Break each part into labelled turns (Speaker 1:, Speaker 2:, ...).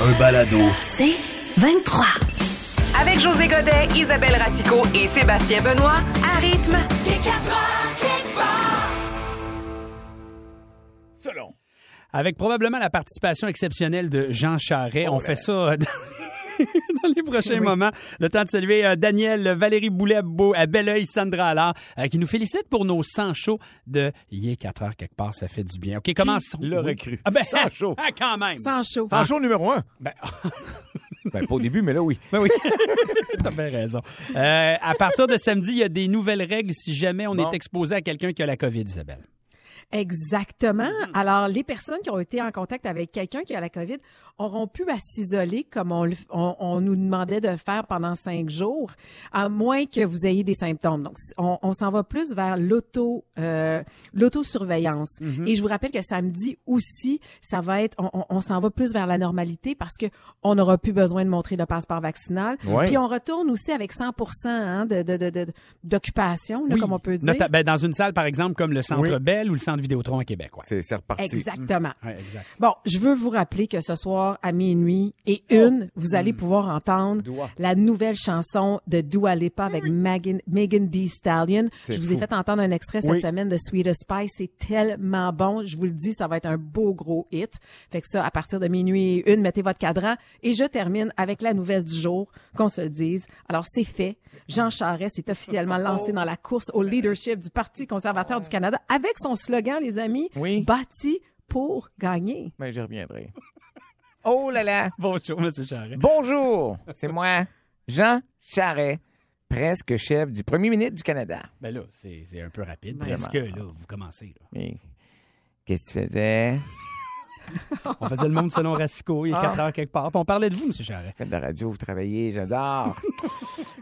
Speaker 1: Un balado.
Speaker 2: C'est 23.
Speaker 3: Avec José Godet, Isabelle Ratico et Sébastien Benoît, à rythme. Les 4
Speaker 4: Selon.
Speaker 5: Avec probablement la participation exceptionnelle de Jean Charret,
Speaker 4: Oh
Speaker 5: on fait ça dans, dans les prochains moments. Le temps de saluer euh, Daniel, Valérie Boulet Beau, à Belleuil, Sandra Allard, euh, qui nous félicite pour nos 100 shows de Il est 4 heures quelque part, ça fait du bien. OK, commençons.
Speaker 4: Le
Speaker 5: Oui.
Speaker 4: recrue.
Speaker 5: Ah ben,
Speaker 4: 100 shows.
Speaker 5: ah, quand même.
Speaker 6: Sans chaud.
Speaker 4: Sans show numéro un.
Speaker 5: Ben,
Speaker 4: Ben, pas au début, mais là, oui.
Speaker 5: Ben oui, t'as bien raison. Euh, à partir de samedi, il y a des nouvelles règles si jamais on
Speaker 4: Bon.
Speaker 5: est exposé à quelqu'un qui a la COVID, Isabelle.
Speaker 6: Exactement.
Speaker 4: Mm-hmm.
Speaker 6: Alors, les personnes qui ont été en contact avec quelqu'un qui a la COVID auront pu à s'isoler comme on, le- on- on nous demandait de faire pendant cinq jours, à moins que vous ayez des symptômes. Donc, on, on s'en va plus vers l'auto, euh, l'autosurveillance.
Speaker 4: Mm-hmm.
Speaker 6: Et je vous rappelle que samedi aussi, ça va être, on, on- on s'en va plus vers la normalité parce que on n'aura plus besoin de montrer le passeport vaccinal.
Speaker 4: Ouais.
Speaker 6: Puis on retourne aussi avec 100% hein, de, de- de- de- d'occupation, là, comme on peut dire.
Speaker 5: Nota- ben, dans une salle, par exemple, comme le Centre
Speaker 4: Oui.
Speaker 5: Bell ou le Centre Vidéotron à Québec. Ouais.
Speaker 4: C'est c'est reparti.
Speaker 6: Exactement.
Speaker 5: Ouais, exact.
Speaker 6: Bon, je veux vous rappeler que ce soir, à minuit et une, vous allez pouvoir entendre
Speaker 4: Dua.
Speaker 6: la nouvelle chanson de Dua Lipa avec Megan, Megan Thee Stallion.
Speaker 4: Mm. C'est
Speaker 6: Je vous
Speaker 4: fou.
Speaker 6: ai fait entendre un extrait
Speaker 4: Oui.
Speaker 6: cette semaine de Sweetest Spice. C'est tellement bon. Je vous le dis, ça va être un beau gros hit. Fait que ça, à partir de minuit et une, mettez votre cadran. Et je termine avec la nouvelle du jour, qu'on se le dise. Alors, c'est fait. Jean Charest s'est officiellement
Speaker 4: Oh.
Speaker 6: lancé dans la course au leadership du Parti conservateur du Canada avec son slogan, les amis,
Speaker 4: Oui.
Speaker 6: bâti pour gagner.
Speaker 4: Mais Ben, j'y reviendrai. Oh là là!
Speaker 5: Bonjour, M. Charret.
Speaker 4: Bonjour! C'est moi, Jean Charret, presque chef du premier ministre du Canada.
Speaker 5: Ben là, c'est c'est un peu rapide.
Speaker 4: Vraiment.
Speaker 5: Parce que là, vous commencez. là.
Speaker 4: Mais qu'est-ce que tu faisais?
Speaker 5: On faisait le monde selon Racicot, il est 4 heures quelque part. Puis on parlait de vous, M. Charret.
Speaker 4: Faites de la radio, vous travaillez, j'adore.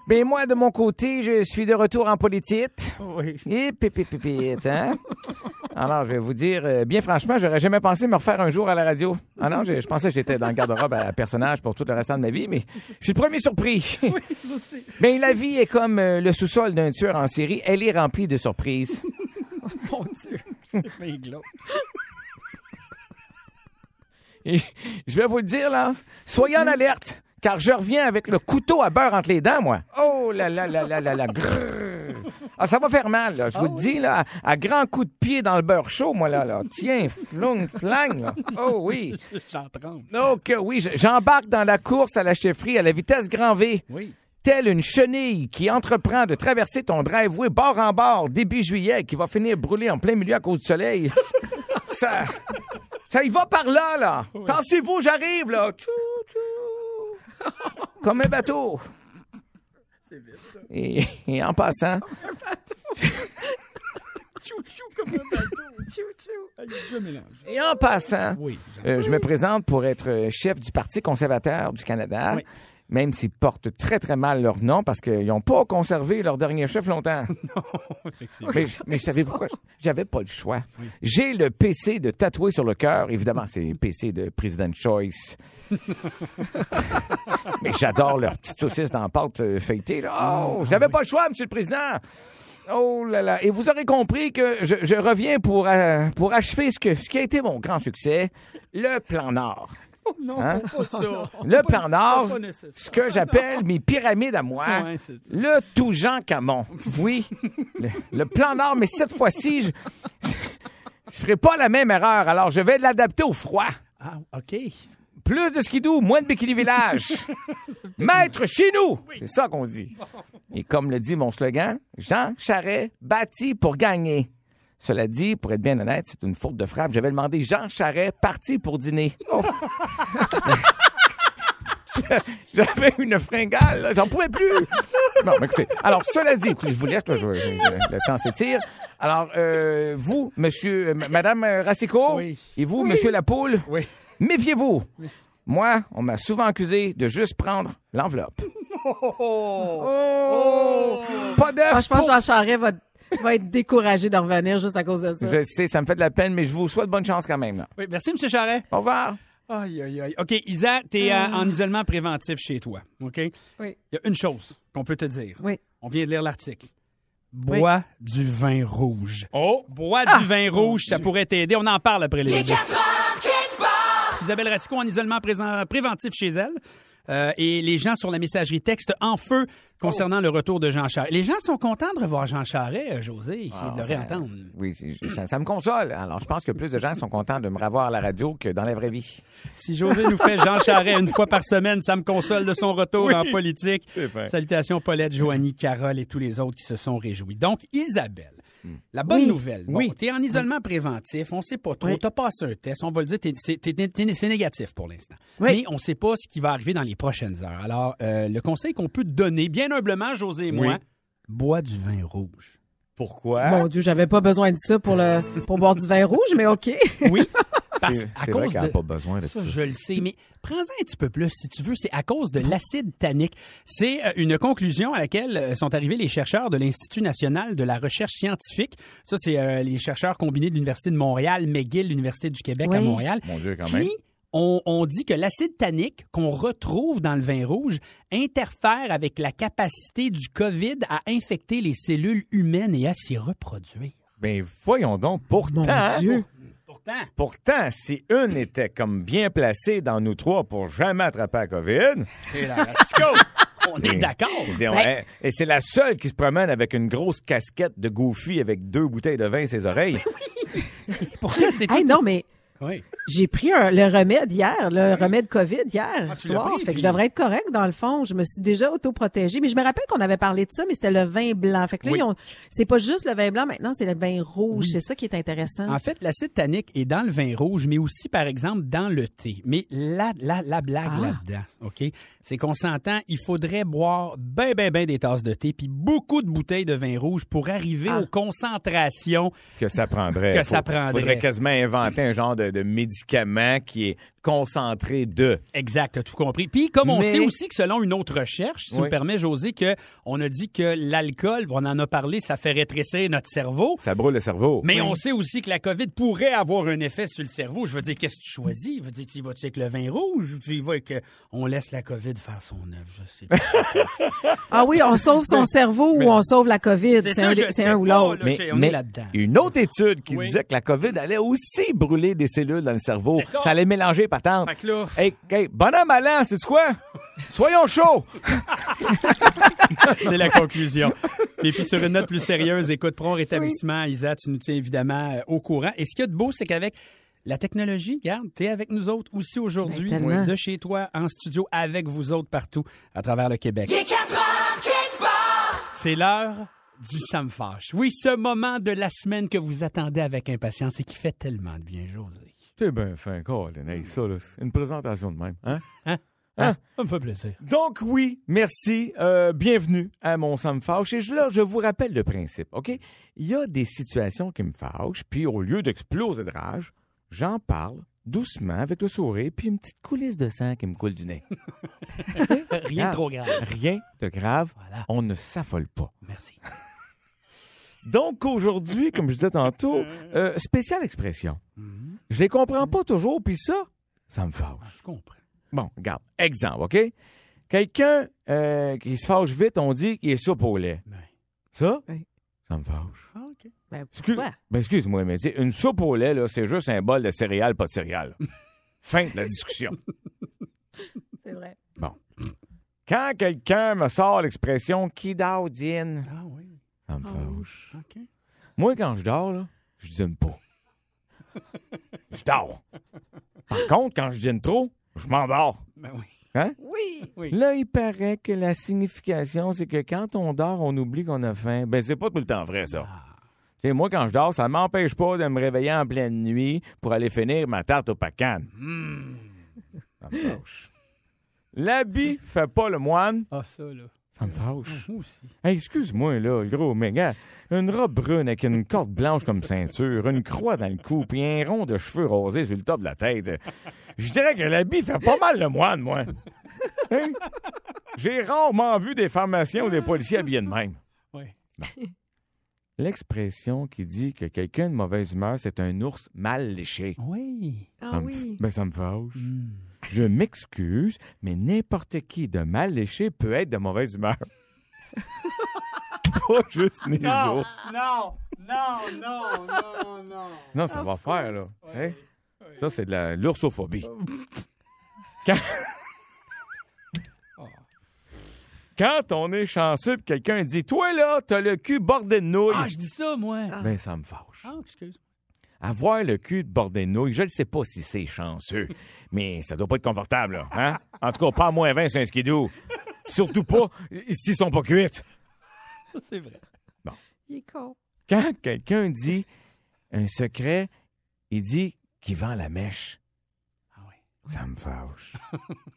Speaker 4: Mais moi, de mon côté, je suis de retour en politique.
Speaker 5: Oui.
Speaker 4: Et pipipipit, hein? Alors, je vais vous dire, euh, bien franchement, j'aurais jamais pensé me refaire un jour à la radio. Ah non, je, je pensais que j'étais dans le garde-robe à personnage pour tout le restant de ma vie, mais je suis le premier surpris. Oui, Mais la vie est comme euh, le sous-sol d'un tueur en série, elle est remplie de surprises.
Speaker 6: Mon Dieu.
Speaker 4: Et je vais vous le dire, là, soyez en alerte, car je reviens avec le couteau à beurre entre les dents, moi. Oh là là là là là là, grrr. Ah, ça va faire mal, là. je vous le dis, là, à, à grands coups de pied dans le beurre chaud, moi, là, là. Tiens, flung, flang, là. Oh oui.
Speaker 5: J'en tremble.
Speaker 4: Oh que oui, je- j'embarque dans la course à la chefferie à la vitesse grand V.
Speaker 5: Oui.
Speaker 4: Telle une chenille qui entreprend de traverser ton driveway bord en bord début juillet qui va finir brûlé en plein milieu à cause du soleil. ça, ça y va par là, là. Tassez-vous, j'arrive, là. Tchou, tchou. Comme un bateau. Et, et en passant,
Speaker 5: Ah,
Speaker 4: et en passant,
Speaker 5: Oui.
Speaker 4: Euh, je me présente pour être euh, chef du Parti conservateur du Canada,
Speaker 5: Oui.
Speaker 4: même s'ils portent très, très mal leur nom parce qu'ils n'ont pas conservé leur dernier chef longtemps.
Speaker 5: Effectivement.
Speaker 4: Mais, mais je savais pourquoi. J'avais pas le choix. J'ai le PC de tatoué sur le cœur. Évidemment, c'est le PC de President Choice. mais j'adore leur petite saucisse dans la pâte euh, feuilletée. là.
Speaker 5: Ah,
Speaker 4: Oh, j'avais pas le choix, Monsieur le Président. Oh là là. Et vous aurez compris que je, je reviens pour, euh, pour achever ce, que, ce qui a été mon grand succès, le plan Nord.
Speaker 5: Oh Non,
Speaker 4: Hein?
Speaker 5: pas ça.
Speaker 4: Le plan Nord,
Speaker 5: pas nécessaire.
Speaker 4: ce que j'appelle mes pyramides à moi,
Speaker 5: Ouais, c'est ça.
Speaker 4: le tout Jean Camon. Oui, le, le plan Nord, mais cette fois-ci, je je ferai pas la même erreur, alors je vais l'adapter au froid.
Speaker 5: Ah, OK.
Speaker 4: Plus de skidoo, moins de bikini village. Maître chez nous, c'est ça qu'on dit. Et comme le dit mon slogan, Jean Charret bâti pour gagner. Cela dit, pour être bien honnête, c'est une faute de frappe. J'avais demandé Jean Charret parti pour dîner. Oh. J'avais une fringale, là. j'en pouvais plus. Bon, mais écoutez, alors cela dit, écoutez, je vous laisse, là, je- je- je- le temps s'étire. Alors, euh, vous, monsieur, euh, madame euh, Racicot,
Speaker 5: Oui.
Speaker 4: et vous, monsieur Lapoule,
Speaker 5: Oui.
Speaker 4: méfiez-vous. Moi, on m'a souvent accusé de juste prendre l'enveloppe.
Speaker 5: Oh.
Speaker 4: Pas d'œuf
Speaker 6: Ah, je pense que
Speaker 4: pour-
Speaker 6: Jean Charest va, va être découragé de revenir juste à cause de ça.
Speaker 4: Je sais, ça me fait de la peine, mais je vous souhaite bonne chance quand même. là.
Speaker 5: Oui, merci, M. Charret.
Speaker 4: Au revoir.
Speaker 5: Aïe, aïe, aïe. OK, Isa, t'es euh, en isolement préventif chez toi. OK?
Speaker 6: Oui.
Speaker 5: Il y a une chose qu'on peut te dire.
Speaker 6: Oui.
Speaker 5: On vient de lire l'article. Bois du vin rouge. Oh! Bois du vin rouge, ça pourrait t'aider. On en parle après les vidéos. Isabelle Racicot en isolement présent- préventif chez elle. Euh, et les gens sur la messagerie texte en feu concernant le retour de Jean Charest. Les gens sont contents de revoir Jean Charest, euh, José, qui
Speaker 4: Ah,
Speaker 5: devrait entendre.
Speaker 4: Oui, je- ça, ça me console. Alors, je pense que plus de gens sont contents de me revoir à la radio que dans la vraie vie.
Speaker 5: Si José nous fait Jean Charest une fois par semaine, ça me console de son retour en politique. Salutations Paulette, Joanie, Carole et tous les autres qui se sont réjouis. Donc, Isabelle, la bonne nouvelle. Bon,
Speaker 4: Oui.
Speaker 5: t'es en isolement préventif, on sait pas trop, t'as passé un test, on va le dire, t'es- c'est t'es- t'es- t'es- c'est négatif pour l'instant. Mais on sait pas ce qui va arriver dans les prochaines heures. Alors, euh, le conseil qu'on peut te donner, bien humblement, José et moi, bois du vin rouge. Hein?
Speaker 7: Pourquoi?
Speaker 6: Mon Dieu, j'avais pas besoin de ça pour, le, pour boire du vin rouge, mais OK.
Speaker 5: Oui, parce
Speaker 4: C'est
Speaker 5: à
Speaker 4: c'est vrai
Speaker 5: cause
Speaker 4: qu'elle n'a
Speaker 5: de-
Speaker 4: pas besoin de ça.
Speaker 5: Ça, je le sais, mais prends-en un petit peu plus si tu veux. C'est à cause de l'acide tannique. C'est euh, une conclusion à laquelle euh, sont arrivés les chercheurs de l'Institut national de la recherche scientifique. Ça, c'est euh, les chercheurs combinés de l'Université de Montréal, McGill, l'Université du Québec à
Speaker 6: Oui.
Speaker 5: Montréal.
Speaker 4: Mon Dieu, Ben, quand
Speaker 5: qui
Speaker 4: même.
Speaker 5: On, on dit que l'acide tannique qu'on retrouve dans le vin rouge interfère avec la capacité du COVID à infecter les cellules humaines et à s'y reproduire.
Speaker 4: Ben, voyons donc, pourtant,
Speaker 6: Mon Dieu.
Speaker 5: Pourtant,
Speaker 4: pourtant, si une était comme bien placée dans nous trois pour jamais attraper la COVID,
Speaker 5: c'est la Racicot. on est
Speaker 4: Et-
Speaker 5: d'accord.
Speaker 4: je veux dire, on- hein, et c'est la seule qui se promène avec une grosse casquette de Goofy avec deux bouteilles de vin à ses oreilles.
Speaker 5: Pourtant, c'est
Speaker 6: Hey,
Speaker 5: tout-
Speaker 6: non, mais
Speaker 5: Oui.
Speaker 6: j'ai pris un- le remède hier, le remède COVID hier
Speaker 5: Ah, tu l'as
Speaker 6: soir.
Speaker 5: pris,
Speaker 6: fait que
Speaker 5: puis-
Speaker 6: je devrais être correct dans le fond. Je me suis déjà autoprotégée. Mais je me rappelle qu'on avait parlé de ça, mais c'était le vin blanc. Fait que là,
Speaker 5: Oui.
Speaker 6: ils ont- c'est pas juste le vin blanc maintenant, c'est le vin rouge. C'est ça qui est intéressant.
Speaker 5: En fait, l'acide tannique est dans le vin rouge, mais aussi, par exemple, dans le thé. Mais la, la, la blague
Speaker 6: Ah.
Speaker 5: là-dedans, OK? C'est qu'on s'entend, il faudrait boire ben, ben, ben des tasses de thé, puis beaucoup de bouteilles de vin rouge pour arriver
Speaker 6: Ah.
Speaker 5: aux concentrations.
Speaker 4: Que ça prendrait.
Speaker 5: Que ça
Speaker 4: Faut-
Speaker 5: prendrait.
Speaker 4: Faudrait quasiment inventer un genre de, de médicament qui est concentré de.
Speaker 5: Exact, t'as tout compris. Puis, comme on
Speaker 4: Mais-
Speaker 5: sait aussi que selon une autre recherche, si tu
Speaker 4: Oui.
Speaker 5: me permets, José, que on a dit que l'alcool, on en a parlé, ça fait rétrécir notre cerveau.
Speaker 4: Ça brûle le cerveau.
Speaker 5: Mais on sait aussi que la COVID pourrait avoir un effet sur le cerveau. Je veux dire, qu'est-ce que tu choisis? Je veux dire, tu y vas-tu avec le vin rouge ou tu y vas avec... euh, On laisse la COVID faire son œuvre, je sais pas.
Speaker 6: Ah oui, on sauve son cerveau ou on sauve la COVID. C'est
Speaker 5: ça,
Speaker 6: un,
Speaker 5: je
Speaker 6: des- c'est
Speaker 5: sais
Speaker 6: un ou
Speaker 5: pas,
Speaker 6: l'autre.
Speaker 5: là.
Speaker 4: Mais-
Speaker 5: je sais, on
Speaker 4: mais
Speaker 5: est là-dedans.
Speaker 4: une autre étude qui
Speaker 5: Oui.
Speaker 4: disait que la COVID allait aussi brûler des cellules dans le cerveau.
Speaker 5: C'est ça.
Speaker 4: allait mélanger, patente.
Speaker 5: Fait que là-
Speaker 4: Hey, hey, bonhomme allant, c'est quoi? Soyons chauds!
Speaker 5: C'est la conclusion. Mais puis sur une note plus sérieuse, écoute, prends rétablissement, Isa, tu nous tiens évidemment euh, au courant. Et ce qu'il y a de beau, c'est qu'avec la technologie, regarde, t'es avec nous autres aussi aujourd'hui,
Speaker 6: Ben, tellement.
Speaker 5: de chez toi, en studio, avec vous autres partout à travers le Québec. C'est l'heure du Ça me fâche. Oui, ce moment de la semaine que vous attendez avec impatience et qui fait tellement de bien, José.
Speaker 4: T'es bien fin, Colin. Hey, ça, là, c'est une présentation de même. Hein?
Speaker 5: Ça me fait plaisir.
Speaker 4: Donc oui, merci, euh, bienvenue à mon ça me fâche. Et je, là, je vous rappelle le principe, OK? Il y a des situations qui me fâchent, puis au lieu d'exploser de rage, j'en parle doucement avec le sourire, puis une petite coulisse de sang qui me coule du nez.
Speaker 5: Rien de trop grave.
Speaker 4: Rien de grave,
Speaker 5: Voilà.
Speaker 4: on ne s'affole pas.
Speaker 5: Merci.
Speaker 4: Donc aujourd'hui, comme je disais tantôt, euh, spéciale expression.
Speaker 5: Mhm.
Speaker 4: Je les comprends pas toujours, puis ça, ça me fâche.
Speaker 5: Ah, Je comprends.
Speaker 4: Bon, regarde, exemple, OK? Quelqu'un euh, qui se fâche vite, on dit qu'il est soupe au lait.
Speaker 5: Ouais.
Speaker 4: Ça?
Speaker 6: Oui.
Speaker 4: Ça me fâche.
Speaker 5: Ah, OK.
Speaker 6: Ben,
Speaker 4: Excuse-
Speaker 6: pourquoi?
Speaker 4: ben, excuse-moi, mais tu sais, une soupe au lait, là, c'est juste un bol de céréales, pas de céréales. fin de la discussion.
Speaker 6: C'est vrai.
Speaker 4: Quand quelqu'un me sort l'expression « qui dort dîne
Speaker 5: Ah oui, »,
Speaker 4: ça me fâche.
Speaker 5: OK.
Speaker 4: Moi, quand je dors, là, je dîne pas. Je dors. Par contre, quand je dîne trop, je m'endors.
Speaker 5: Ben oui. Oui.
Speaker 4: Là, il paraît que la signification, c'est que quand on dort, on oublie qu'on a faim. Ben, c'est pas tout le temps vrai, ça. Tu sais, moi, quand je dors, ça m'empêche pas de me réveiller en pleine nuit pour aller finir ma tarte au pacane. Hmm. Ça me fâche. L'habit fait pas le moine,
Speaker 5: Ah, ça, là.
Speaker 4: Ça me fâche. Hey, excuse-moi, là, gros, mais gars, une robe brune avec une corde blanche comme ceinture, une croix dans le cou, puis un rond de cheveux rosés sur le top de la tête. Je dirais que l'habit fait pas mal le moine, moi. Hein? J'ai rarement vu des pharmaciens ou des policiers habillés de même.
Speaker 5: Oui.
Speaker 4: Bon. L'expression qui dit que quelqu'un de mauvaise humeur, c'est un ours mal léché.
Speaker 5: Oui.
Speaker 6: Ah
Speaker 4: Ça me-
Speaker 6: oui.
Speaker 4: Ben, ça me fâche. Je m'excuse, mais n'importe qui de mal léché peut être de mauvaise humeur. Pas juste les ours.
Speaker 5: non, non, non, non, non.
Speaker 4: Non, ça va faire, là. Hein? Ça, c'est de la- l'ursophobie.
Speaker 5: Oh.
Speaker 4: Quand...
Speaker 5: Ah.
Speaker 4: Quand on est chanceux pis quelqu'un dit Toi, là, t'as le cul bordé de nouilles.
Speaker 5: Ah, je dis ça, moi.
Speaker 4: Ben, ça me fâche.
Speaker 5: Ah, excuse.
Speaker 4: Avoir le cul de bordé de nouilles, je ne sais pas si c'est chanceux, mais ça doit pas être confortable, là. Hein? En tout cas, pas à moins 20, c'est un skidoo. Surtout pas s'ils sont pas cuites.
Speaker 5: C'est vrai.
Speaker 6: Il est con.
Speaker 4: Quand quelqu'un dit un secret, il dit qu'il vend la mèche.
Speaker 5: Ah oui.
Speaker 4: Ça me fâche.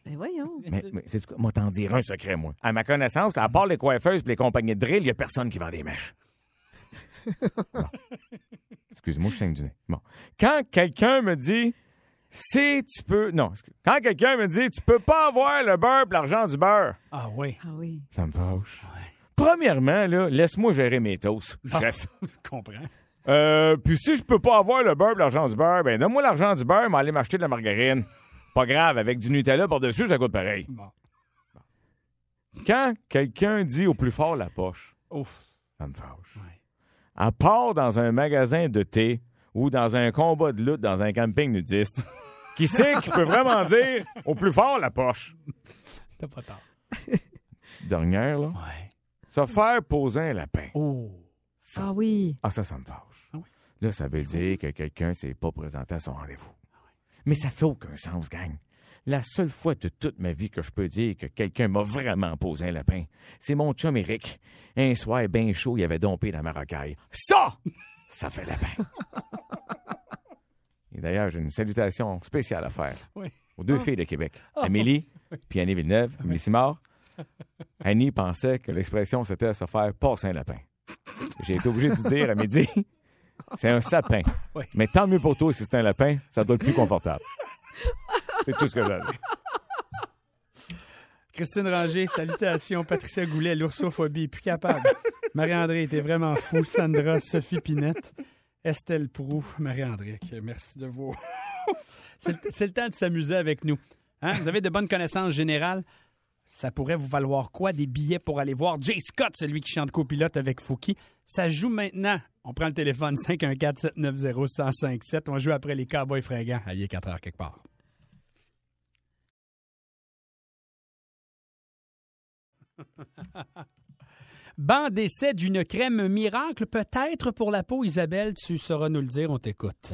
Speaker 6: Ben voyons.
Speaker 4: Mais, mais c'est quoi? Moi, t'en dire un secret, moi. À ma connaissance, à part les coiffeuses et les compagnies de drill, il n'y a personne qui vend des mèches. Bon. Excuse-moi, je saigne du nez. Bon. Quand quelqu'un me dit si tu peux. Non, excuse- quand quelqu'un me dit tu peux pas avoir le beurre pis l'argent du beurre,
Speaker 5: Ah oui.
Speaker 6: Ah oui.
Speaker 4: ça me fâche. Premièrement, là, laisse-moi gérer mes toasts, chef.
Speaker 5: Je comprends.
Speaker 4: Euh, puis si je peux pas avoir le beurre pis l'argent du beurre, ben donne-moi l'argent du beurre, mais allez m'acheter de la margarine. Pas grave, avec du Nutella par-dessus, ça coûte pareil.
Speaker 5: Bon.
Speaker 4: Quand quelqu'un dit au plus fort la poche,
Speaker 5: Ouf.
Speaker 4: ça me fâche.
Speaker 5: Ouais.
Speaker 4: À part dans un magasin de thé ou dans un combat de lutte dans un camping nudiste, qui sait qui peut vraiment dire au plus fort la poche?
Speaker 5: T'as pas tort.
Speaker 4: Petite dernière, là.
Speaker 5: Ouais.
Speaker 4: Se faire poser un lapin.
Speaker 5: Oh.
Speaker 6: Ah oui.
Speaker 4: Ah, ça, ça me fâche.
Speaker 5: Ah oui. Ah
Speaker 4: Là, ça veut dire que quelqu'un s'est pas présenté à son rendez-vous. Mais ça fait aucun sens, gang. La seule fois de toute ma vie que je peux dire que quelqu'un m'a vraiment posé un lapin, c'est mon chum Eric. Un soir bien chaud, il avait dompé dans ma rocaille. Ça! Ça fait lapin. Et d'ailleurs, j'ai une salutation spéciale à faire
Speaker 5: Oui.
Speaker 4: aux deux filles de Québec, Amélie puis Annie Villeneuve, Amélie Simard. Annie pensait que l'expression c'était se faire passer un lapin. J'ai été obligé de dire à midi, c'est un sapin.
Speaker 5: Oui.
Speaker 4: Mais tant mieux pour toi si c'est un lapin, ça doit être plus confortable. C'est tout ce que j'avais.
Speaker 5: Christine Ranger, salutations. Patricia Goulet, l'oursophobie, plus capable. Marie-André était vraiment fou. Sandra, Sophie Pinette, Estelle Prou, Marie-André. que Merci de vous. C'est le- C'est le temps de s'amuser avec nous. Hein? Vous avez de bonnes connaissances générales. Ça pourrait vous valoir quoi? Des billets pour aller voir Jay Scott, celui qui chante copilote avec Fouki. Ça joue maintenant. On prend le téléphone 514-790-1057. On joue après les Cowboys fringants. Allez, 4 heures quelque part. Banc d'essai d'une crème miracle, peut-être pour la peau, Isabelle, tu sauras nous le dire, on t'écoute.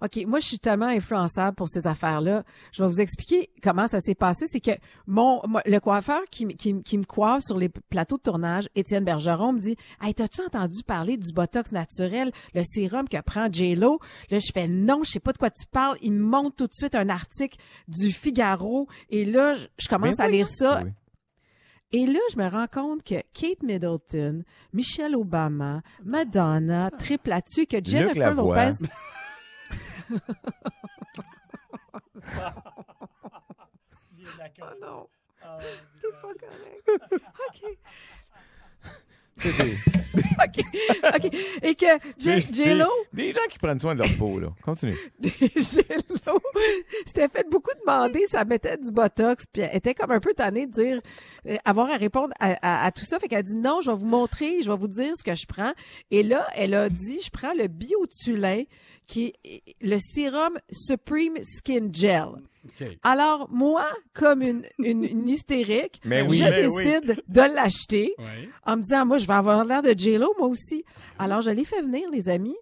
Speaker 6: OK, moi, je suis tellement influençable pour ces affaires-là. Je vais vous expliquer comment ça s'est passé. C'est que mon, moi, le coiffeur qui, m- qui, m- qui me coiffe sur les p- plateaux de tournage, Étienne Bergeron, me dit « Hey, t'as-tu entendu parler du Botox naturel, le sérum que prend J-Lo? » Là, je fais « Non, je sais pas de quoi tu parles. » Il me montre tout de suite un article du Figaro. Et là, je- je commence à lire ça.
Speaker 4: Oui.
Speaker 6: Et là, je me rends compte que Kate Middleton, Michelle Obama, Madonna, Triple Attu, que Jennifer
Speaker 4: Lavoie.
Speaker 6: Lopez... Oh non! T'es pas correct. OK. OK. OK. Et que J- J-Lo,
Speaker 4: Des, des gens qui prennent soin de leur peau, là. Continue.
Speaker 6: J-Lo s'était fait beaucoup demander, ça mettait du botox, puis elle était comme un peu tannée de dire, euh, avoir à répondre à, à- à tout ça. Fait qu'elle a dit non, je vais vous montrer, je vais vous dire ce que je prends. Et là, elle a dit, je prends le biotulin, qui est le sérum Supreme Skin Gel. Alors, moi, comme une, une, une hystérique,
Speaker 4: Mais oui,
Speaker 6: je
Speaker 4: mais
Speaker 6: décide de l'acheter
Speaker 5: Oui.
Speaker 6: en me disant, moi, je vais avoir l'air de J-Lo, moi aussi. Alors, je l'ai fait venir, les amis.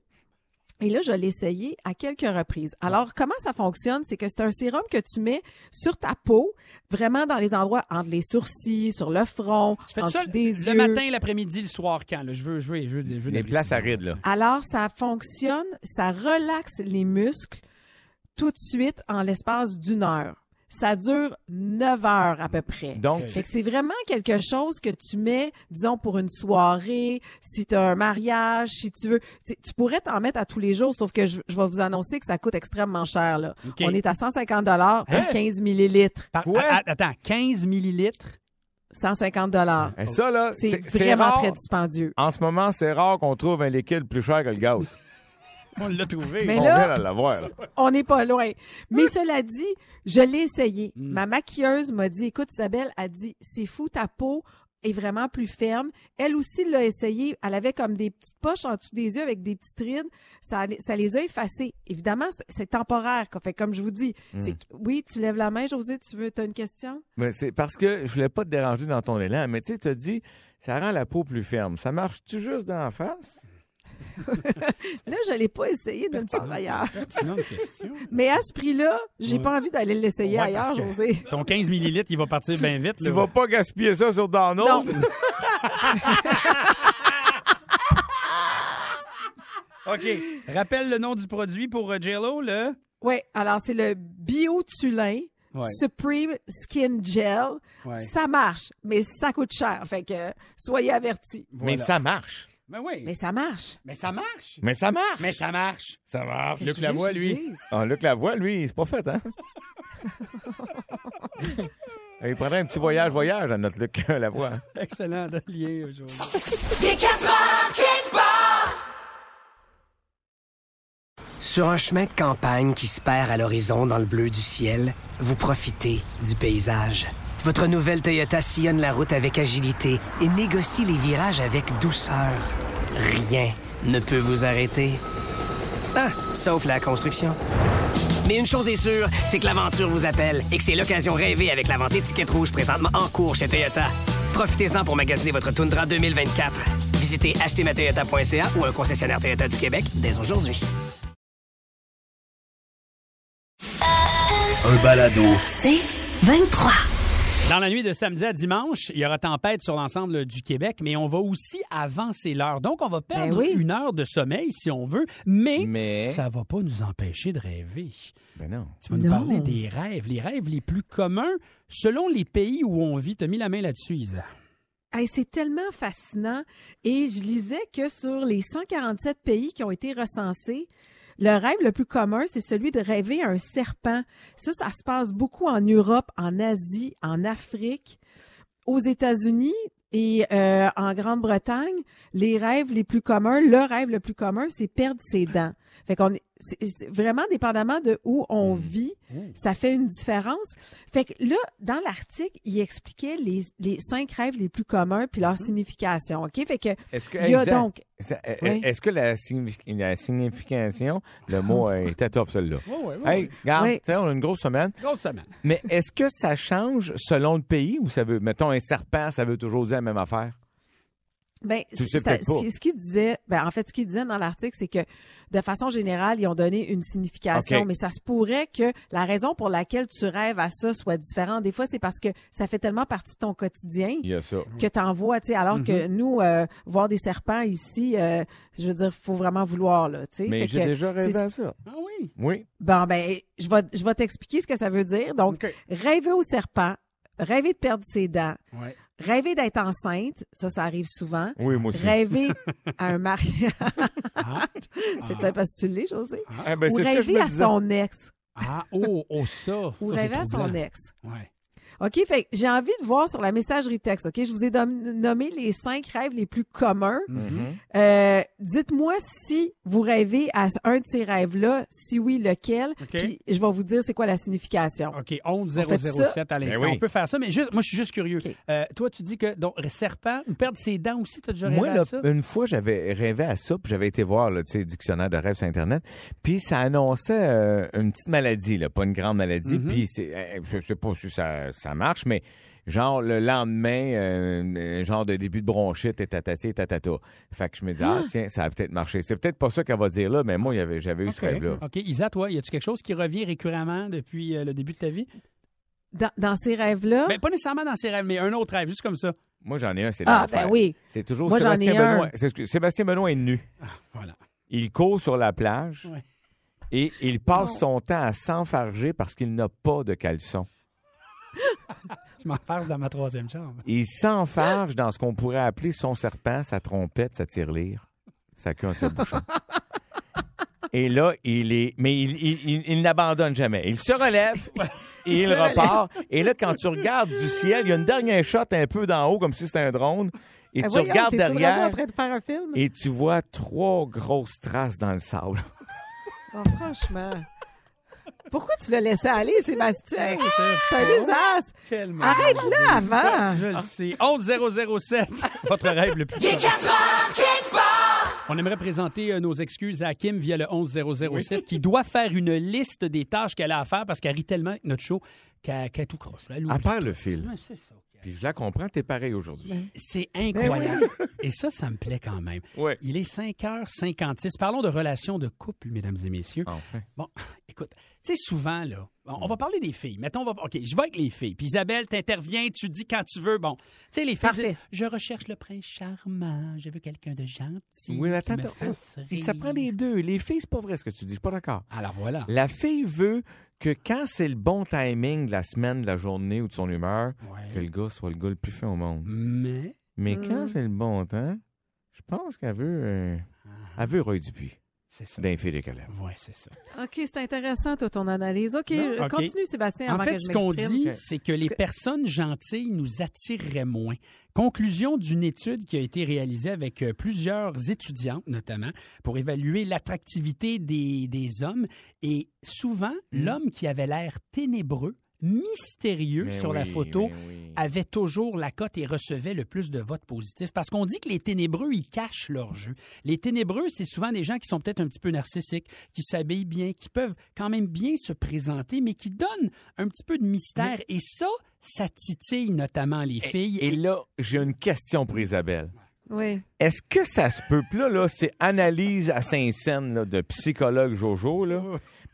Speaker 6: Et là, je l'ai essayé à quelques reprises. Alors, comment ça fonctionne? C'est que c'est un sérum que tu mets sur ta peau, vraiment dans les endroits entre les sourcils, sur le front,
Speaker 5: Tu fais
Speaker 6: en
Speaker 5: ça
Speaker 6: dessous des
Speaker 5: le
Speaker 6: yeux.
Speaker 5: matin, l'après-midi, le soir, quand? là? Je veux, je veux, je veux, des- je veux
Speaker 4: Des places à rides, là.
Speaker 6: Alors, ça fonctionne, ça relaxe les muscles tout de suite en l'espace d'une heure. Ça dure 9 heures à peu près.
Speaker 4: Donc,
Speaker 6: Fait que c'est vraiment quelque chose que tu mets, disons, pour une soirée, si tu as un mariage, si tu veux. Tu, tu pourrais t'en mettre à tous les jours, sauf que je, je vais vous annoncer que ça coûte extrêmement cher. Là.
Speaker 5: OK.
Speaker 6: On est à 150 dollars pour 15 millilitres.
Speaker 5: Par-
Speaker 4: Ouais.
Speaker 5: a- a- attends, 15 millilitres?
Speaker 6: 150 dollars.
Speaker 4: Et ça, là,
Speaker 6: C'est
Speaker 4: c'est
Speaker 6: vraiment
Speaker 4: rare.
Speaker 6: très dispendieux.
Speaker 4: En ce moment, c'est rare qu'on trouve un liquide plus cher que le gaz.
Speaker 5: On l'a trouvé.
Speaker 6: Mais
Speaker 4: On
Speaker 6: là-
Speaker 4: vient de l'avoir, là.
Speaker 6: On n'est pas loin. Mais
Speaker 5: Ah.
Speaker 6: cela dit, je l'ai essayé.
Speaker 5: Hmm.
Speaker 6: Ma maquilleuse m'a dit, écoute, Isabelle a dit, c'est fou, ta peau est vraiment plus ferme. Elle aussi l'a essayé. Elle avait comme des petites poches en dessous des yeux avec des petites rides. Ça, ça les a effacées. Évidemment, c'est- c'est temporaire. quoi. Fait comme je vous dis,
Speaker 5: Hmm.
Speaker 6: c'est que- oui, tu lèves la main, Josée, tu veux, t'as une question?
Speaker 4: Mais Ben, c'est parce que je voulais pas te déranger dans ton élan, mais tu sais, tu as dit, ça rend la peau plus ferme. Ça marche-tu juste dans la face?
Speaker 6: Là, je l'ai pas essayé d'une part ailleurs.
Speaker 5: Pertinente question.
Speaker 6: Mais à ce prix-là, j'ai
Speaker 5: Ouais.
Speaker 6: pas envie d'aller l'essayer
Speaker 5: Hmm. Ouais, parce
Speaker 6: ailleurs,
Speaker 5: que-
Speaker 6: Josée.
Speaker 5: Ton 15 millilitres, il va partir bien vite.
Speaker 4: Tu vas pas gaspiller ça sur Donald?
Speaker 5: OK. Rappelle le nom du produit pour euh, JLo, le...
Speaker 6: Oui, alors c'est le Biotulin
Speaker 5: Ouais.
Speaker 6: Supreme Skin Gel.
Speaker 5: Ouais.
Speaker 6: Ça marche, mais ça coûte cher. Fait que euh, soyez avertis.
Speaker 4: Mais ça marche.
Speaker 5: Mais oui.
Speaker 6: Mais ça marche.
Speaker 5: Mais ça marche.
Speaker 4: Mais ça marche.
Speaker 5: Mais ça marche.
Speaker 4: Ça marche.
Speaker 5: Luc Lavoie, lui.
Speaker 4: Ah, Luc Lavoie, lui, c'est pas fait, hein? Il prendrait un petit voyage-voyage à notre Luc Lavoie.
Speaker 5: Excellent de lien aujourd'hui.
Speaker 7: Sur un chemin de campagne qui se perd à l'horizon dans le bleu du ciel, vous profitez du paysage. Votre nouvelle Toyota sillonne la route avec agilité et négocie les virages avec douceur. Rien ne peut vous arrêter. Ah, sauf la construction. Mais une chose est sûre, c'est que l'aventure vous appelle et que c'est l'occasion rêvée avec la vente étiquette rouge présentement en cours chez Toyota. Profitez-en pour magasiner votre Tundra 2024. Visitez achetezmatoyota.ca ou un concessionnaire Toyota du Québec dès aujourd'hui.
Speaker 1: Un balado.
Speaker 2: C'est 23.
Speaker 5: Dans la nuit de samedi à dimanche, il y aura tempête sur l'ensemble du Québec, mais on va aussi avancer l'heure. Donc, on va perdre
Speaker 6: Ben oui.
Speaker 5: une heure de sommeil si on veut, mais,
Speaker 4: Mais-
Speaker 5: ça va pas nous empêcher de rêver.
Speaker 4: Ben non.
Speaker 5: Tu vas nous
Speaker 6: Non.
Speaker 5: parler des rêves, les rêves les plus communs selon les pays où on vit. T'as mis la main là-dessus, Isa.
Speaker 6: Hey, c'est tellement fascinant. Et je lisais que sur les 147 pays qui ont été recensés, le rêve le plus commun, c'est celui de rêver un serpent. Ça, ça se passe beaucoup en Europe, en Asie, en Afrique, aux États-Unis et euh, en Grande-Bretagne. Les rêves les plus communs, le rêve le plus commun, c'est perdre ses dents. Fait qu'on est- c'est- c'est vraiment dépendamment de où on vit, ça fait une différence. Fait que là, dans l'article, il expliquait les, les cinq rêves les plus communs puis
Speaker 4: Mhm.
Speaker 6: leur signification. OK? Fait que,
Speaker 4: Est-ce que,
Speaker 6: il y a
Speaker 4: Isa,
Speaker 6: donc.
Speaker 4: ça- euh,
Speaker 6: Oui.
Speaker 4: est-ce que la, signifi- la signification, le mot euh, était top, celui-là?
Speaker 5: oui,
Speaker 4: Hey, regarde,
Speaker 6: Oui.
Speaker 4: tu sais, on a une grosse semaine.
Speaker 5: Grosse semaine.
Speaker 4: Mais est-ce que ça change selon le pays ou ça veut, mettons, un serpent, ça veut toujours dire la même affaire?
Speaker 6: Ben,
Speaker 4: Tu le sais
Speaker 6: c'est à-
Speaker 4: peut-être pas.
Speaker 6: ce qui- ce qu'il disait, ben, en fait, ce qu'il disait dans l'article, c'est que de façon générale, ils ont donné une signification,
Speaker 4: OK.
Speaker 6: mais ça se pourrait que la raison pour laquelle tu rêves à ça soit différente. Des fois, c'est parce que ça fait tellement partie de ton quotidien
Speaker 4: Il y a ça.
Speaker 6: que t'en vois, tu sais, alors que
Speaker 4: Mhm.
Speaker 6: nous, euh, voir des serpents ici, euh, je veux dire, faut vraiment vouloir, là, tu sais.
Speaker 4: Mais
Speaker 6: Fait
Speaker 4: j'ai
Speaker 6: que
Speaker 4: déjà rêvé
Speaker 6: c'est-
Speaker 4: à ça.
Speaker 5: Ah oui.
Speaker 4: Oui.
Speaker 6: Bon, ben, je vais, je vais t'expliquer ce que ça veut dire. Donc,
Speaker 5: OK.
Speaker 6: rêver au serpent, rêver de perdre ses dents,
Speaker 5: Ouais.
Speaker 6: rêver d'être enceinte, ça, ça arrive souvent.
Speaker 4: Oui, moi aussi.
Speaker 6: Rêver à un mariage.
Speaker 5: Ah,
Speaker 6: C'est peut-être parce que tu l'es, José.
Speaker 4: Ah, ben,
Speaker 6: Ou
Speaker 4: c'est ce que je
Speaker 6: rêver
Speaker 4: me
Speaker 6: à
Speaker 4: disais.
Speaker 6: son ex.
Speaker 5: ah, oh, oh, ça.
Speaker 6: Ou
Speaker 5: ça, c'est
Speaker 6: rêver à son
Speaker 5: troublant.
Speaker 6: ex.
Speaker 5: Ouais.
Speaker 6: OK, fait que j'ai envie de voir sur la messagerie texte, OK? Je vous ai dom- nommé les cinq rêves les plus communs.
Speaker 5: Mm-hmm.
Speaker 4: Mhm.
Speaker 6: Euh, dites-moi si vous rêvez à un de ces rêves-là, si oui, lequel,
Speaker 5: OK.
Speaker 6: puis je vais vous dire c'est quoi la signification.
Speaker 5: OK, 11
Speaker 6: On fait ça.
Speaker 5: 007 à l'instant.
Speaker 4: Ben oui.
Speaker 5: On peut faire ça, mais juste, moi, je suis juste curieux.
Speaker 6: OK.
Speaker 5: Euh, toi, tu dis que donc, serpent, ou perdre ses dents aussi, tu as déjà rêvé
Speaker 4: Moi,
Speaker 5: à
Speaker 4: là,
Speaker 5: ça?
Speaker 4: une fois, j'avais rêvé à ça, puis j'avais été voir là, tu sais, le dictionnaire de rêve sur Internet, puis ça annonçait euh, une petite maladie, là, pas une grande maladie,
Speaker 6: Mm-hmm.
Speaker 4: puis c'est, euh, je sais pas si ça, ça marche, mais genre le lendemain, euh, euh, genre de début de bronchite et tatati et tatata. Fait que je me dis, ah tiens, ça a peut-être marché. C'est peut-être pas ça qu'elle va dire là, mais moi, il y avait- j'avais eu ce rêve-là.
Speaker 5: Ah, OK, Isa, toi, y a-tu quelque chose qui revient récurremment depuis euh, le début de ta vie?
Speaker 6: Dans, dans ces rêves-là,
Speaker 5: Ben, pas nécessairement dans ses rêves, mais un autre rêve, juste comme ça.
Speaker 4: Moi, j'en ai un, c'est
Speaker 6: Ah,
Speaker 4: l'enfer.
Speaker 6: ben oui.
Speaker 4: C'est toujours
Speaker 6: Moi, j'en ai
Speaker 4: Sébastien
Speaker 6: un.
Speaker 4: Benoît. C'est ce que- Sébastien Benoît est nu.
Speaker 5: Voilà.
Speaker 4: Il court sur la plage
Speaker 5: Ouais.
Speaker 4: et il passe son temps à s'enfarger parce qu'il n'a pas de caleçon.
Speaker 5: Je m'enfarge dans ma troisième chambre.
Speaker 4: Il s'enfarge dans ce qu'on pourrait appeler son serpent, sa trompette, sa tirelire, sa queue en serre-bouchon. Et là, il est. Mais il, il- il- il n'abandonne jamais. Il se relève, il,
Speaker 6: Il se
Speaker 4: repart. Et là, quand tu regardes du ciel, il y a une dernière shot un peu d'en haut, comme si c'était un drone. Et
Speaker 6: Eh,
Speaker 4: tu
Speaker 6: voyons,
Speaker 4: regardes
Speaker 6: t'es-tu vraiment
Speaker 4: derrière
Speaker 6: en train de faire un film?
Speaker 4: et tu vois trois grosses traces dans le sable.
Speaker 6: Oh, franchement. Pourquoi tu l'as laissé aller, Sébastien? C'est un désastre.
Speaker 5: Tellement.
Speaker 6: Arrête-le avant.
Speaker 5: Je le sais. 11007, votre rêve le plus cher. On aimerait présenter euh, nos excuses à Kim via le 11007 qui doit faire une liste des tâches qu'elle a à faire parce qu'elle rit tellement avec notre show qu'elle qu'elle tout croche. Elle oublie
Speaker 4: À part
Speaker 5: tout.
Speaker 4: le fil.
Speaker 5: Ouais, c'est ça.
Speaker 4: Puis je la comprends, t'es pareil aujourd'hui.
Speaker 5: C'est incroyable. Et ça, ça me plaît quand même.
Speaker 4: Ouais.
Speaker 5: Il est 5h56. Parlons de relations de couple, mesdames et messieurs.
Speaker 4: Enfin.
Speaker 5: Bon, écoute, tu sais, souvent, là, on,
Speaker 4: Mm.
Speaker 5: on va parler des filles. Mettons, on va. OK, je vais avec les filles. Puis Isabelle, t'interviens, tu dis quand tu veux. Bon, tu sais, les filles.
Speaker 6: Parfait.
Speaker 5: vous dites, Je recherche le prince charmant. Je veux quelqu'un de gentil.
Speaker 4: Oui, mais attends,
Speaker 5: qui me
Speaker 4: attends.
Speaker 5: fasse
Speaker 4: Et ça
Speaker 5: rire.
Speaker 4: prend les deux. Les filles, c'est pas vrai ce que tu dis. Je suis pas d'accord.
Speaker 5: Alors voilà.
Speaker 4: La fille veut que quand c'est le bon timing de la semaine, de la journée ou de son humeur,
Speaker 5: Ouais.
Speaker 4: que le gars soit le gars le plus fin au monde.
Speaker 5: Mais.
Speaker 4: Mais quand c'est le bon temps, je pense qu'elle veut. euh, elle veut Roy Dupuis,
Speaker 5: ah, C'est ça.
Speaker 4: d'un fil et calèbre.
Speaker 5: Ouais, c'est ça.
Speaker 6: OK, c'est intéressant, toi, ton analyse. OK, euh,
Speaker 5: Non, OK.
Speaker 6: continue, Sébastien,
Speaker 5: En
Speaker 6: avant
Speaker 5: fait,
Speaker 6: que je
Speaker 5: ce qu'on
Speaker 6: m'exprime.
Speaker 5: dit,
Speaker 4: Ok.
Speaker 5: c'est que les personnes gentilles nous attireraient moins. Conclusion d'une étude qui a été réalisée avec euh, plusieurs étudiantes, notamment, pour évaluer l'attractivité des, des hommes. Et souvent,
Speaker 4: Mm.
Speaker 5: l'homme qui avait l'air ténébreux, mystérieux
Speaker 4: Mais
Speaker 5: sur la
Speaker 4: oui,
Speaker 5: photo,
Speaker 4: mais oui.
Speaker 5: avait toujours la cote et recevait le plus de votes positifs. Parce qu'on dit que les ténébreux, ils cachent leur jeu. Les ténébreux, c'est souvent des gens qui sont peut-être un petit peu narcissiques, qui s'habillent bien, qui peuvent quand même bien se présenter, mais qui donnent un petit peu de mystère. Et ça, ça titille notamment les filles.
Speaker 4: Et là, j'ai une question pour Isabelle.
Speaker 6: Oui.
Speaker 4: Est-ce que ça se peut? Puis là, là c'est analyse à Saint-Saëns là, de psychologue Jojo. Là.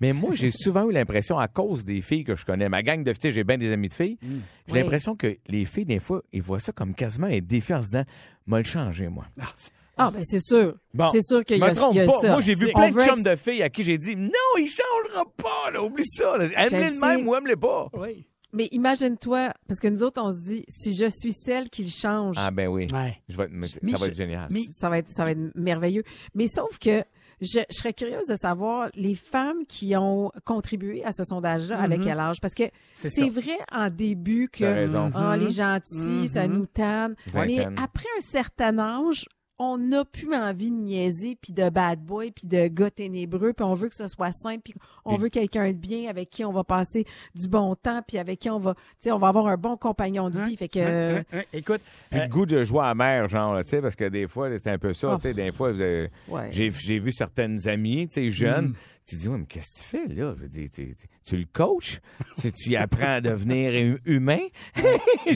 Speaker 4: Mais moi, j'ai souvent eu l'impression, à cause des filles que je connais, ma gang de filles, j'ai bien des amis de filles,
Speaker 5: Mm.
Speaker 4: j'ai
Speaker 6: Oui.
Speaker 4: l'impression que les filles, des fois, ils voient ça comme quasiment un défi en se disant, m'a le changer, moi.
Speaker 5: Ah, c'est-
Speaker 6: Ah, ben c'est sûr.
Speaker 4: Bon,
Speaker 6: c'est sûr qu'il y
Speaker 4: me
Speaker 6: a,
Speaker 4: trompe
Speaker 6: il y a
Speaker 4: pas.
Speaker 6: ça.
Speaker 4: Moi, j'ai vu
Speaker 6: On
Speaker 4: plein de
Speaker 6: veut
Speaker 4: chums
Speaker 6: être-
Speaker 4: de filles à qui j'ai dit, non, il changera pas, là, oublie ça. là. Aime-les
Speaker 6: Je
Speaker 4: de même
Speaker 6: sais.
Speaker 4: ou aime-les pas.
Speaker 5: oui.
Speaker 6: Mais imagine-toi, parce que nous autres, on se dit, si je suis celle qui le change,
Speaker 4: Ah ben oui,
Speaker 5: Ouais.
Speaker 4: je vais être- mais
Speaker 5: Mais
Speaker 4: ça va
Speaker 5: je-
Speaker 4: être génial.
Speaker 5: mais-
Speaker 6: ça va être ça va être merveilleux. Mais sauf que je, je serais curieuse de savoir les femmes qui ont contribué à ce sondage-là
Speaker 4: Mm-hmm.
Speaker 6: avec quel âge, parce que
Speaker 5: C'est
Speaker 6: c'est
Speaker 5: ça.
Speaker 6: vrai en début
Speaker 4: T'as
Speaker 6: que
Speaker 4: raison.
Speaker 6: Ah,
Speaker 5: Mhm.
Speaker 6: les gentils, ça nous tanne. Mais
Speaker 4: Vingtaine.
Speaker 6: après un certain âge, on n'a plus envie de niaiser, puis de bad boy, puis de gars ténébreux, puis on veut que ce soit simple, puis on
Speaker 4: Puis-
Speaker 6: veut quelqu'un de bien avec qui on va passer du bon temps, puis avec qui on va, tu sais, on va avoir un bon compagnon de vie. Fait que, euh,
Speaker 5: Hein, hein, hein. Écoute,
Speaker 4: Puis le goût de jouer à la mer, genre, là, tu sais, parce que des fois, c'était un peu ça,
Speaker 6: Oh.
Speaker 5: Ah.
Speaker 4: tu sais, des fois, vous avez-
Speaker 6: Ouais.
Speaker 4: j'ai, j'ai vu certaines amies, tu sais, jeunes,
Speaker 5: Mm.
Speaker 4: tu dis, ouais, mais qu'est-ce que tu fais, là? Je veux dire, tu, tu- tu le coaches? tu, tu y apprends à devenir hu- humain?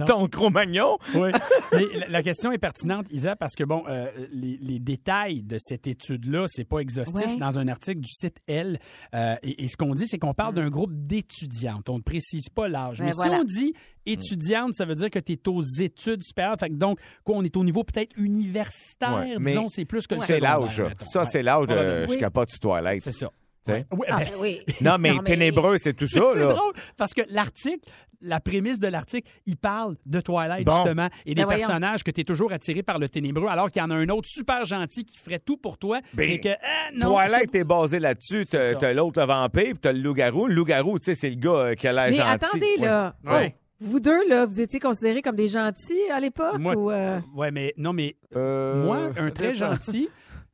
Speaker 4: Ton cro-magnon?
Speaker 5: Oui. Mais la- la question est pertinente, Isa, parce que bon, euh, les, les détails de cette étude-là, c'est pas exhaustif
Speaker 6: Ouais.
Speaker 5: dans un article du site Elle. euh, et, et ce qu'on dit, c'est qu'on parle d'un groupe d'étudiantes. On ne précise pas l'âge.
Speaker 6: Mm. Ben
Speaker 5: Mais si
Speaker 6: voilà.
Speaker 5: on dit étudiante, ça veut dire que tu es aux études supérieures. Fait que donc, quoi, on est au niveau peut-être universitaire,
Speaker 4: Ouais, mais
Speaker 5: disons, c'est plus que le
Speaker 4: C'est
Speaker 5: secondaire,
Speaker 4: l'âge, là.
Speaker 5: mettons.
Speaker 4: ça,
Speaker 5: Ouais.
Speaker 4: c'est l'âge de
Speaker 5: Probablement.
Speaker 4: je
Speaker 6: Oui.
Speaker 4: capote sur Twilight.
Speaker 5: C'est ça.
Speaker 4: Tu sais?
Speaker 5: Ouais. Ouais,
Speaker 6: Ah,
Speaker 5: ben,
Speaker 6: ben oui.
Speaker 4: Non, mais ténébreux, c'est tout ça,
Speaker 5: c'est
Speaker 4: là.
Speaker 5: drôle parce que l'article, la prémisse de l'article, il parle de Twilight
Speaker 4: Bon.
Speaker 5: justement et des
Speaker 6: Ben voyons.
Speaker 5: personnages que tu es toujours attiré par le ténébreux alors qu'il y en a un autre super gentil qui ferait tout pour toi
Speaker 4: Ben,
Speaker 5: et que ah, non,
Speaker 4: Twilight
Speaker 5: c'est-
Speaker 4: est basé là-dessus,
Speaker 5: C'est
Speaker 4: t'as,
Speaker 5: ça.
Speaker 4: t'as l'autre le vampire, puis t'as le loup-garou. Le loup-garou, tu sais, c'est le gars euh, qui a l'air
Speaker 6: Mais
Speaker 4: gentil.
Speaker 6: attendez,
Speaker 4: Ouais.
Speaker 6: là.
Speaker 5: Ouais.
Speaker 6: Oh, vous deux, là, vous étiez considérés comme des gentils à l'époque?
Speaker 5: Moi-
Speaker 6: ou, euh,
Speaker 5: Ouais, mais non mais
Speaker 4: Euh,
Speaker 5: moi un
Speaker 4: ça
Speaker 5: très
Speaker 4: dépend.
Speaker 5: gentil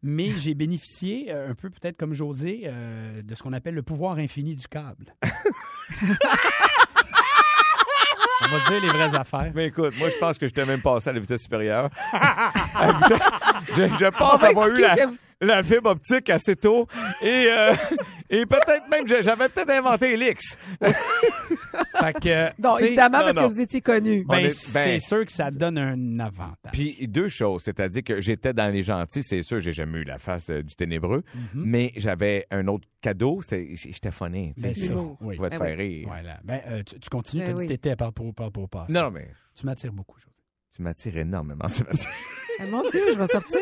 Speaker 5: mais j'ai bénéficié euh, un peu peut-être comme José euh, de ce qu'on appelle le pouvoir infini du câble. On va se dire les vraies affaires.
Speaker 4: Mais écoute, moi, je pense que j'étais même passé à la vitesse supérieure. À la vitesse- je, je
Speaker 6: On
Speaker 4: pense
Speaker 6: va
Speaker 4: avoir eu la,
Speaker 6: expliquer que-
Speaker 4: la fibre optique assez tôt. Et, euh, et peut-être même, que j'avais peut-être inventé Elix.
Speaker 5: Fait que,
Speaker 6: Non,
Speaker 5: tu sais,
Speaker 6: évidemment,
Speaker 4: non,
Speaker 6: parce
Speaker 4: non.
Speaker 6: que vous étiez connus.
Speaker 4: On
Speaker 5: Ben,
Speaker 4: est-
Speaker 5: c'est
Speaker 4: ben-
Speaker 5: sûr que ça donne un avantage.
Speaker 4: Puis deux choses, c'est-à-dire que j'étais dans les gentils, c'est sûr, j'ai jamais eu la face euh, du ténébreux, mais j'avais un autre cadeau, c'est, j- j'étais funny. tu sais.
Speaker 5: Ben, c'est- oui.
Speaker 4: Je vais te
Speaker 6: Eh
Speaker 4: faire rire.
Speaker 5: Voilà. Ben, euh, tu, tu continues,
Speaker 6: Eh
Speaker 5: t'as dit
Speaker 6: oui.
Speaker 5: t'étais, parle pour, parle pour passer.
Speaker 4: Non, mais
Speaker 5: Tu m'attires beaucoup, José.
Speaker 4: Tu m'attires énormément, Sébastien.
Speaker 6: Ah, mon Dieu, je vais sortir.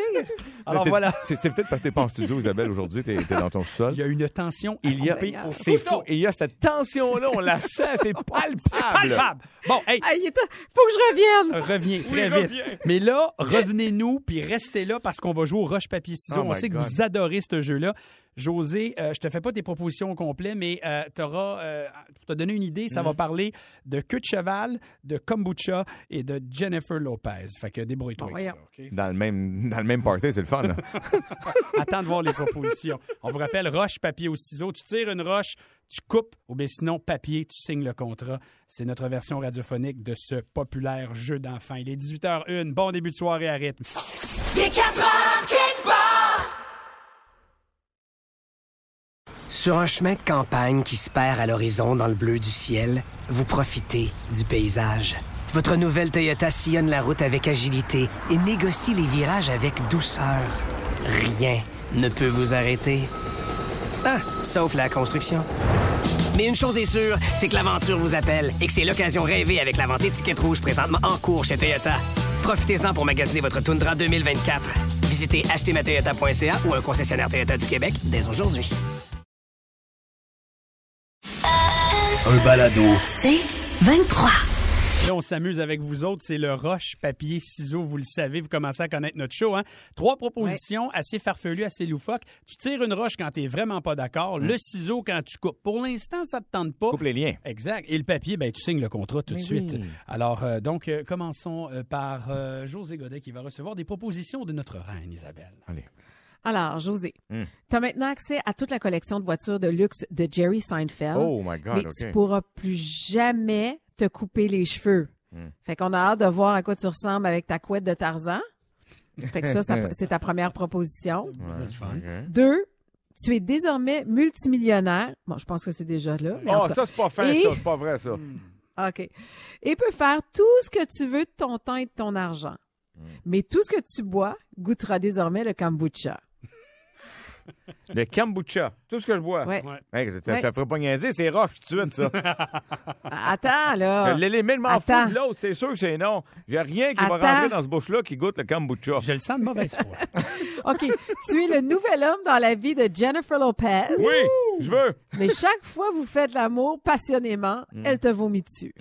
Speaker 5: Alors
Speaker 4: T'es-
Speaker 5: voilà.
Speaker 4: C'est c'est peut-être parce que t'es pas en studio, Isabelle, aujourd'hui, t'es t'es dans ton sol.
Speaker 5: Il y a Oh, une tension
Speaker 4: Il y a,
Speaker 5: accompagnée au
Speaker 4: c'est
Speaker 5: couteau.
Speaker 4: faux. Il y a cette tension-là, on la sent, c'est palpable.
Speaker 5: Palpable. Bon, hey,
Speaker 6: Ah, il est temps- Faut que je revienne.
Speaker 5: reviens très vite. Mais là, revenez-nous puis restez là parce qu'on va jouer au roche papier ciseaux.
Speaker 4: Oh
Speaker 5: on
Speaker 4: my
Speaker 5: sait que
Speaker 4: God.
Speaker 5: vous adorez ce jeu-là. José, euh, je te fais pas tes propositions au complet, mais euh, t'auras, euh, pour te donner une idée, ça va
Speaker 4: Mhm.
Speaker 5: parler de queue de cheval, de kombucha et de Jennifer Lopez. Fait que débrouille-toi
Speaker 6: Bon,
Speaker 5: avec ça,
Speaker 6: voyons.
Speaker 5: OK?
Speaker 4: Dans le même, dans le même party, c'est le fun. là.
Speaker 5: Attends de voir les propositions. On vous rappelle roche, papier ou ciseaux. Tu tires une roche, tu coupes, ou bien sinon papier, tu signes le contrat. C'est notre version radiophonique de ce populaire jeu d'enfant. Il est 18h01. Bon début de soirée à rythme.
Speaker 7: Sur un chemin de campagne qui se perd à l'horizon dans le bleu du ciel, vous profitez du paysage. Votre nouvelle Toyota sillonne la route avec agilité et négocie les virages avec douceur. Rien ne peut vous arrêter. Ah, sauf la construction. Mais une chose est sûre, c'est que l'aventure vous appelle et que c'est l'occasion rêvée avec la vente étiquette rouge présentement en cours chez Toyota. Profitez-en pour magasiner votre Tundra 2024. Visitez achetermatoyota.ca ou un concessionnaire Toyota du Québec dès aujourd'hui.
Speaker 1: Un balado.
Speaker 2: C'est 23.
Speaker 5: Là, on s'amuse avec vous autres. C'est le roche, papier, ciseaux. Vous le savez, vous commencez à connaître notre show. Hein? Trois propositions assez farfelues, assez loufoques. Tu tires une roche quand t'es vraiment pas d'accord. Le ciseau quand tu coupes. Pour l'instant, ça te tente pas.
Speaker 4: Coupe les liens.
Speaker 5: Exact. Et le papier, ben, tu signes le contrat tout de
Speaker 4: Mais
Speaker 5: suite.
Speaker 4: oui.
Speaker 5: Alors, euh, donc, euh, commençons euh, par euh, José Godet qui va recevoir des propositions de notre reine, Isabelle.
Speaker 4: Allez.
Speaker 6: Alors, José,
Speaker 4: Hmm.
Speaker 6: tu as maintenant accès à toute la collection de voitures de luxe de Jerry Seinfeld.
Speaker 4: Oh my God,
Speaker 6: Hein? mais
Speaker 4: OK.
Speaker 6: tu pourras plus jamais te couper les cheveux.
Speaker 4: Hmm.
Speaker 6: Fait qu'on a hâte de voir à quoi tu ressembles avec ta couette de Tarzan. Fait que ça, ça- c'est ta première proposition.
Speaker 4: Ouais, ok.
Speaker 6: Deux, tu es désormais multimillionnaire. Bon, je pense que c'est déjà là. mais en tout cas-
Speaker 4: Ah, c'est pas
Speaker 6: Et-
Speaker 4: pas vrai, ça.
Speaker 6: OK. Et peut faire tout ce que tu veux de ton temps et de ton argent.
Speaker 4: Hmm.
Speaker 6: Mais tout ce que tu bois goûtera désormais le kombucha.
Speaker 4: Le kombucha, tout ce que je bois.
Speaker 6: Ouais.
Speaker 4: Hey, ça-
Speaker 6: Ouais.
Speaker 4: Ça ferait pas niaiser, c'est roche tout de suite, ça.
Speaker 6: Attends, là.
Speaker 4: L'élément m'en fout
Speaker 6: Ah. Attends.
Speaker 4: de l'autre, c'est sûr que c'est non. J'ai rien qui va
Speaker 6: Attends.
Speaker 4: rentrer dans ce bouche-là qui goûte le kombucha.
Speaker 5: Je le sens de mauvaise foi.
Speaker 6: OK. Tu es le nouvel homme dans la vie de Jennifer Lopez.
Speaker 4: Oui, je veux.
Speaker 6: Mais chaque fois que vous faites l'amour passionnément,
Speaker 4: Mm.
Speaker 6: elle te vomit dessus.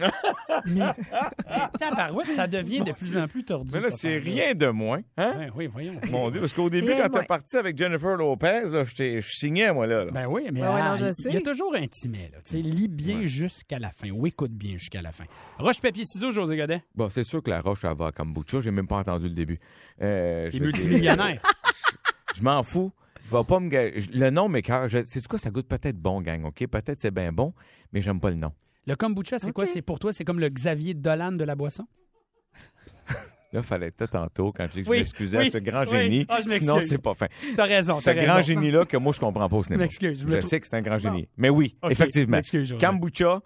Speaker 5: Tabarouette, ça devient de plus en plus tordu.
Speaker 4: Mais là,
Speaker 5: cette
Speaker 4: c'est
Speaker 5: affaire-là.
Speaker 4: rien de moins. Hein?
Speaker 5: Ouais, oui, voyons.
Speaker 4: Mon Dieu, parce qu'au début,
Speaker 6: Rien de
Speaker 4: quand t'es
Speaker 6: moins.
Speaker 4: parti avec Jennifer Lopez, là, je t'ai- je signais, moi, là. là.
Speaker 5: Ben oui, mais
Speaker 6: Ouais, ouais, non, je
Speaker 5: ah, il il y a
Speaker 6: sais.
Speaker 5: toujours un timet. Là, tu sais, lis bien jusqu'à la fin ou écoute bien jusqu'à la fin. Roche, papier, ciseaux, José Godet.
Speaker 4: Bon, c'est sûr que la roche, elle va à kombucha. J'ai même pas entendu le début. Euh,
Speaker 5: T'es
Speaker 4: je veux dire,
Speaker 5: multimillionnaire.
Speaker 4: Je m'en fous. Je vais pas me. ga- je- Le nom m'écœure. Je... C'est quoi, ça goûte peut-être bon, gang, OK? Peut-être c'est bien bon, mais j'aime pas le nom.
Speaker 5: Le kombucha, c'est quoi?
Speaker 6: Ok.
Speaker 5: C'est pour toi, c'est comme le Xavier Dolan de la boisson?
Speaker 4: Là, fallait être tantôt quand j'ai dit que
Speaker 5: Oui,
Speaker 4: je m'excusais
Speaker 5: oui,
Speaker 4: à ce grand
Speaker 5: oui.
Speaker 4: génie.
Speaker 5: Ah, je m'excuse.
Speaker 4: sinon, c'est pas fin.
Speaker 5: T'as raison,
Speaker 4: Ce
Speaker 5: t'as
Speaker 4: grand
Speaker 5: raison.
Speaker 4: génie-là que moi, je comprends pas au cinéma.
Speaker 5: M'excuse, je me
Speaker 4: Je
Speaker 5: trou-
Speaker 4: sais que c'est un grand génie. Mais oui,
Speaker 5: Ok,
Speaker 4: effectivement.
Speaker 5: m'excuse, José.
Speaker 4: Kombucha,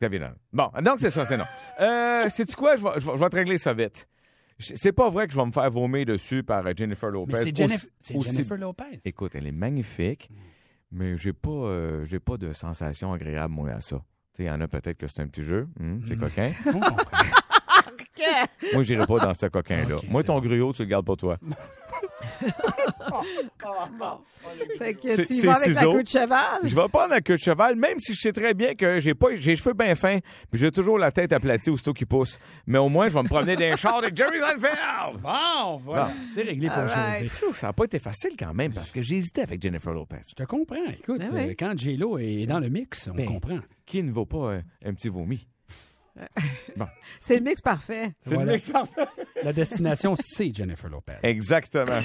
Speaker 4: Xavier Dolan. Bon, donc c'est ça, c'est non. Euh, Sais-tu quoi? Je vais, je vais- je vais te régler ça vite. Je- C'est pas vrai que je vais me faire vomir dessus par euh, Jennifer Lopez.
Speaker 5: Mais c'est
Speaker 4: Aussi-
Speaker 5: Jennifer, c'est
Speaker 4: aussi-
Speaker 5: Jennifer Lopez.
Speaker 4: Écoute, elle est magnifique, mais j'ai pas, euh, j'ai pas de sensation agréable, moi, à ça. Tu sais, Il y en a peut-être que c'est un petit jeu, Hum,
Speaker 5: Mm.
Speaker 4: c'est coquin.
Speaker 5: On comprend.
Speaker 4: Moi, j'irai pas dans ce coquin-là.
Speaker 5: Ok,
Speaker 4: moi,
Speaker 5: c'est
Speaker 4: ton
Speaker 5: bon.
Speaker 4: gruau, tu le gardes pour toi.
Speaker 6: Fait que
Speaker 4: C'est-
Speaker 6: tu y
Speaker 4: c'est
Speaker 6: vas avec la
Speaker 4: ciseaux.
Speaker 6: queue de cheval.
Speaker 4: Je vais prendre la queue de cheval, même si je sais très bien que j'ai pas, j'ai les cheveux bien fins, puis j'ai toujours la tête aplatie aussitôt qui pousse. Mais au moins, je vais me promener d'un char de Jerry Seinfeld!
Speaker 5: Bon, voilà. C'est réglé pour José.
Speaker 4: Phew, Ça n'a pas été facile quand même, parce que j'hésitais avec Jennifer Lopez.
Speaker 5: Je te comprends. Écoute,
Speaker 6: Ah ouais.
Speaker 5: euh, quand J-Lo est dans le mix, on
Speaker 4: Ben,
Speaker 5: comprend.
Speaker 4: Qui ne vaut pas euh, un petit vomi?
Speaker 6: C'est le mix parfait.
Speaker 5: Voilà. La destination, c'est Jennifer Lopez.
Speaker 4: Exactement.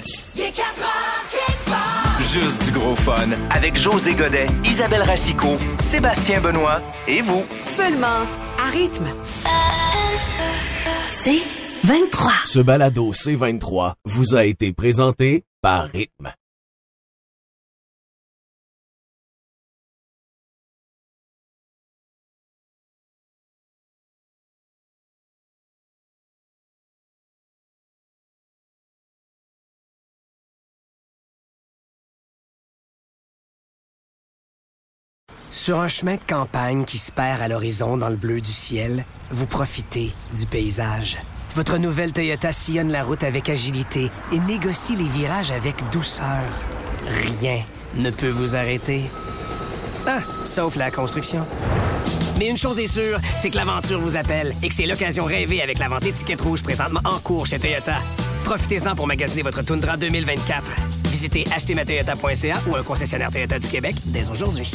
Speaker 8: Juste du gros fun avec José Godet, Isabelle Racicot, Sébastien Benoît et vous.
Speaker 3: Seulement à rythme.
Speaker 2: C'est 23.
Speaker 1: Ce balado C23 vous a été présenté par Rythme.
Speaker 7: Sur un chemin de campagne qui se perd à l'horizon dans le bleu du ciel, vous profitez du paysage. Votre nouvelle Toyota sillonne la route avec agilité et négocie les virages avec douceur. Rien ne peut vous arrêter. Ah, sauf la construction. Mais une chose est sûre, c'est que l'aventure vous appelle et que c'est l'occasion rêvée avec la vente étiquette rouge présentement en cours chez Toyota. Profitez-en pour magasiner votre Tundra 2024. Visitez achetermatoyota.ca ou un concessionnaire Toyota du Québec dès aujourd'hui.